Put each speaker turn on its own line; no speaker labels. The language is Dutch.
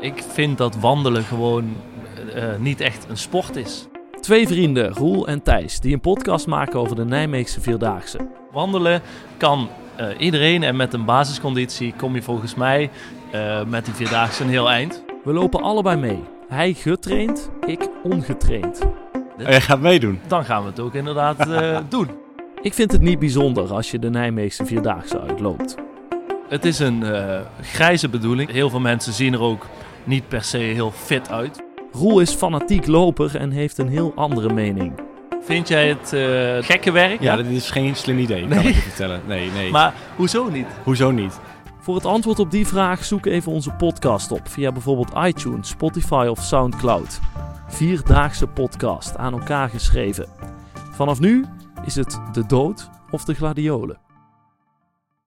Ik vind dat wandelen gewoon eh, niet echt een sport is.
Twee vrienden, Roel en Thijs, die een podcast maken over de Nijmeegse Vierdaagse.
Wandelen kan eh, iedereen en met een basisconditie kom je volgens mij eh, met die vierdaagse een heel eind.
We lopen allebei mee. Hij getraind, ik ongetraind.
Oh, jij gaat meedoen.
Dan gaan we het ook inderdaad eh, doen.
Ik vind het niet bijzonder als je de Nijmeegse Vierdaagse uitloopt.
Het is een eh, grijze bedoeling. Heel veel mensen zien er ook niet per se heel fit uit.
Roel is fanatiek loper en heeft een heel andere mening.
Vind jij het eh, gekke werk?
Ja, dat is geen slim idee, kan
Nee.
ik je vertellen. Nee, nee.
Maar hoezo niet?
Hoezo niet?
Voor het antwoord op die vraag zoek even onze podcast op via bijvoorbeeld iTunes, Spotify of Soundcloud. Vierdaagse podcast aan elkaar geschreven. Vanaf nu is het de dood of de gladiolen.